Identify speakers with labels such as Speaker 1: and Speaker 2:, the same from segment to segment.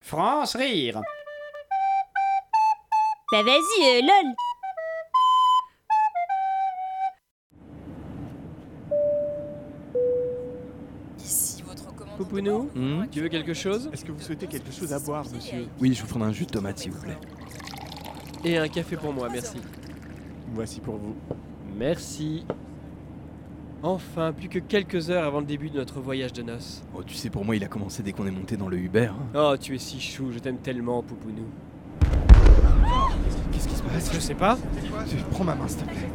Speaker 1: France rire.
Speaker 2: Bah vas-y, euh, lol
Speaker 3: Ici votre commande.
Speaker 4: Poupounou,
Speaker 5: Hmm, tu veux quelque chose
Speaker 6: Est-ce que vous souhaitez quelque chose à boire, monsieur
Speaker 5: Oui, je vous prendrai un jus de tomate, s'il vous plaît.
Speaker 4: Et un café pour moi, merci.
Speaker 6: Voici pour vous.
Speaker 4: Merci. Enfin, plus que quelques heures avant le début de notre voyage de noces.
Speaker 5: Oh, tu sais, pour moi, il a commencé dès qu'on est monté dans le Uber. hein.
Speaker 4: Oh, tu es si chou, je t'aime tellement, Poupounou.
Speaker 5: Qu'est-ce qui se passe
Speaker 4: Je sais pas.
Speaker 5: Prends ma main, s'il te plaît.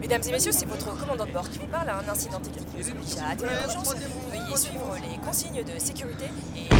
Speaker 3: Mesdames et messieurs, c'est votre commandant de bord qui vous parle à un incident technique qui nous oblige à atteindre l'urgence. Veuillez suivre les consignes de sécurité et.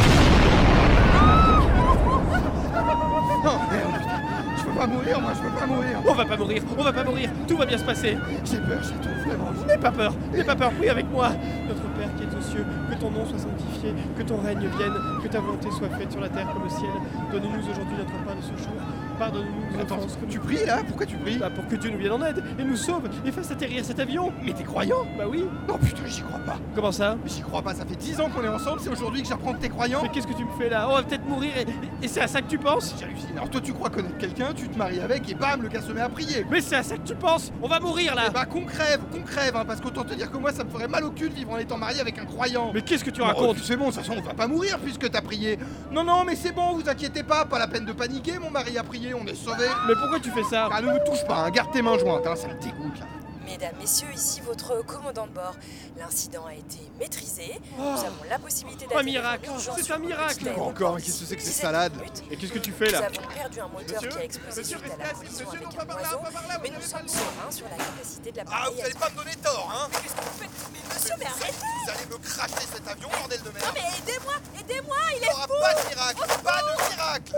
Speaker 6: Je peux pas mourir, moi, je peux pas mourir.
Speaker 5: Oh,
Speaker 4: On va pas mourir, on va pas mourir, tout va bien se passer.
Speaker 6: J'ai peur, j'ai tout vraiment.
Speaker 4: N'aie pas peur, n'aie pas peur, prie avec moi. Notre Père qui es aux cieux, que ton nom soit sanctifié, que ton règne vienne, que ta volonté soit faite sur la terre comme au ciel. Donne-nous aujourd'hui notre pain de ce jour. Pardonne-nous nos
Speaker 6: Attends,
Speaker 4: offenses que
Speaker 6: tu
Speaker 4: nous
Speaker 6: pries là Pourquoi tu pries
Speaker 4: Bah, pour que Dieu nous vienne en aide et nous sauve et fasse atterrir cet avion.
Speaker 6: Mais t'es croyant
Speaker 4: Bah oui.
Speaker 6: Non, putain, j'y crois pas.
Speaker 4: Comment ça
Speaker 6: Mais J'y crois pas, ça fait 10 ans qu'on est ensemble, c'est aujourd'hui que j'apprends que t'es croyant.
Speaker 4: Mais qu'est-ce que tu me fais là On va peut-être mourir et, et c'est à ça que tu penses
Speaker 6: J'hallucine. Alors toi, tu crois connaître quelqu'un, tu te maries avec et bam, le gars se met à prier.
Speaker 4: Mais c'est à ça que tu penses On va mourir
Speaker 5: Ah.
Speaker 4: là
Speaker 6: Eh bah qu'on crève, qu'on crève, hein, parce qu'autant te dire que moi ça me ferait mal au cul de vivre en étant marié avec un croyant.
Speaker 4: Mais qu'est-ce que tu
Speaker 6: Bon,
Speaker 4: racontes
Speaker 6: Bah, oh, C'est bon, de toute façon on va pas mourir puisque t'as prié. Non, non, mais c'est bon, vous inquiétez pas, pas la peine de paniquer, mon mari a prié, on est sauvés.
Speaker 4: Mais pourquoi tu fais ça
Speaker 6: Ah ne me touche pas, hein, garde tes mains jointes, hein, ça me dégoûte là.
Speaker 3: Mesdames, messieurs, ici votre commandant de bord. L'incident a été maîtrisé.
Speaker 4: Oh.
Speaker 3: Nous avons la possibilité
Speaker 4: Un
Speaker 3: d'atteindre
Speaker 4: miracle.
Speaker 3: l'urgence
Speaker 4: C'est
Speaker 3: sur
Speaker 4: un
Speaker 3: le
Speaker 4: miracle.
Speaker 3: petit aéroport
Speaker 6: Encore,
Speaker 3: d'ici
Speaker 6: qu'est-ce que c'est que ces
Speaker 3: 17
Speaker 6: salades
Speaker 3: minutes.
Speaker 4: Et qu'est-ce que tu fais
Speaker 3: Nous
Speaker 4: là
Speaker 3: avons perdu un moteur qui a explosé suite à la collision avec un oiseau, mais nous sommes sereins sur la capacité de la à
Speaker 6: Ah, pas me donner tort, hein
Speaker 3: Qu'est-ce que vous faites Mais monsieur, mais arrêtez
Speaker 6: Vous allez me cracher cet avion, bordel de merde
Speaker 3: Mais Oh, aidez-moi Aidez-moi
Speaker 6: Il n'y aura pas de miracle Pas de miracle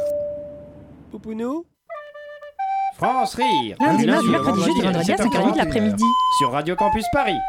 Speaker 4: Poupounou
Speaker 1: France rire.
Speaker 7: Lundi,
Speaker 1: Du
Speaker 7: mardi,
Speaker 1: au
Speaker 7: mercredi, jeudi,
Speaker 1: vendredi à
Speaker 7: vendredi à
Speaker 1: 7h40,
Speaker 7: 5h40 de l'après-midi.
Speaker 1: Sur Radio Campus Paris.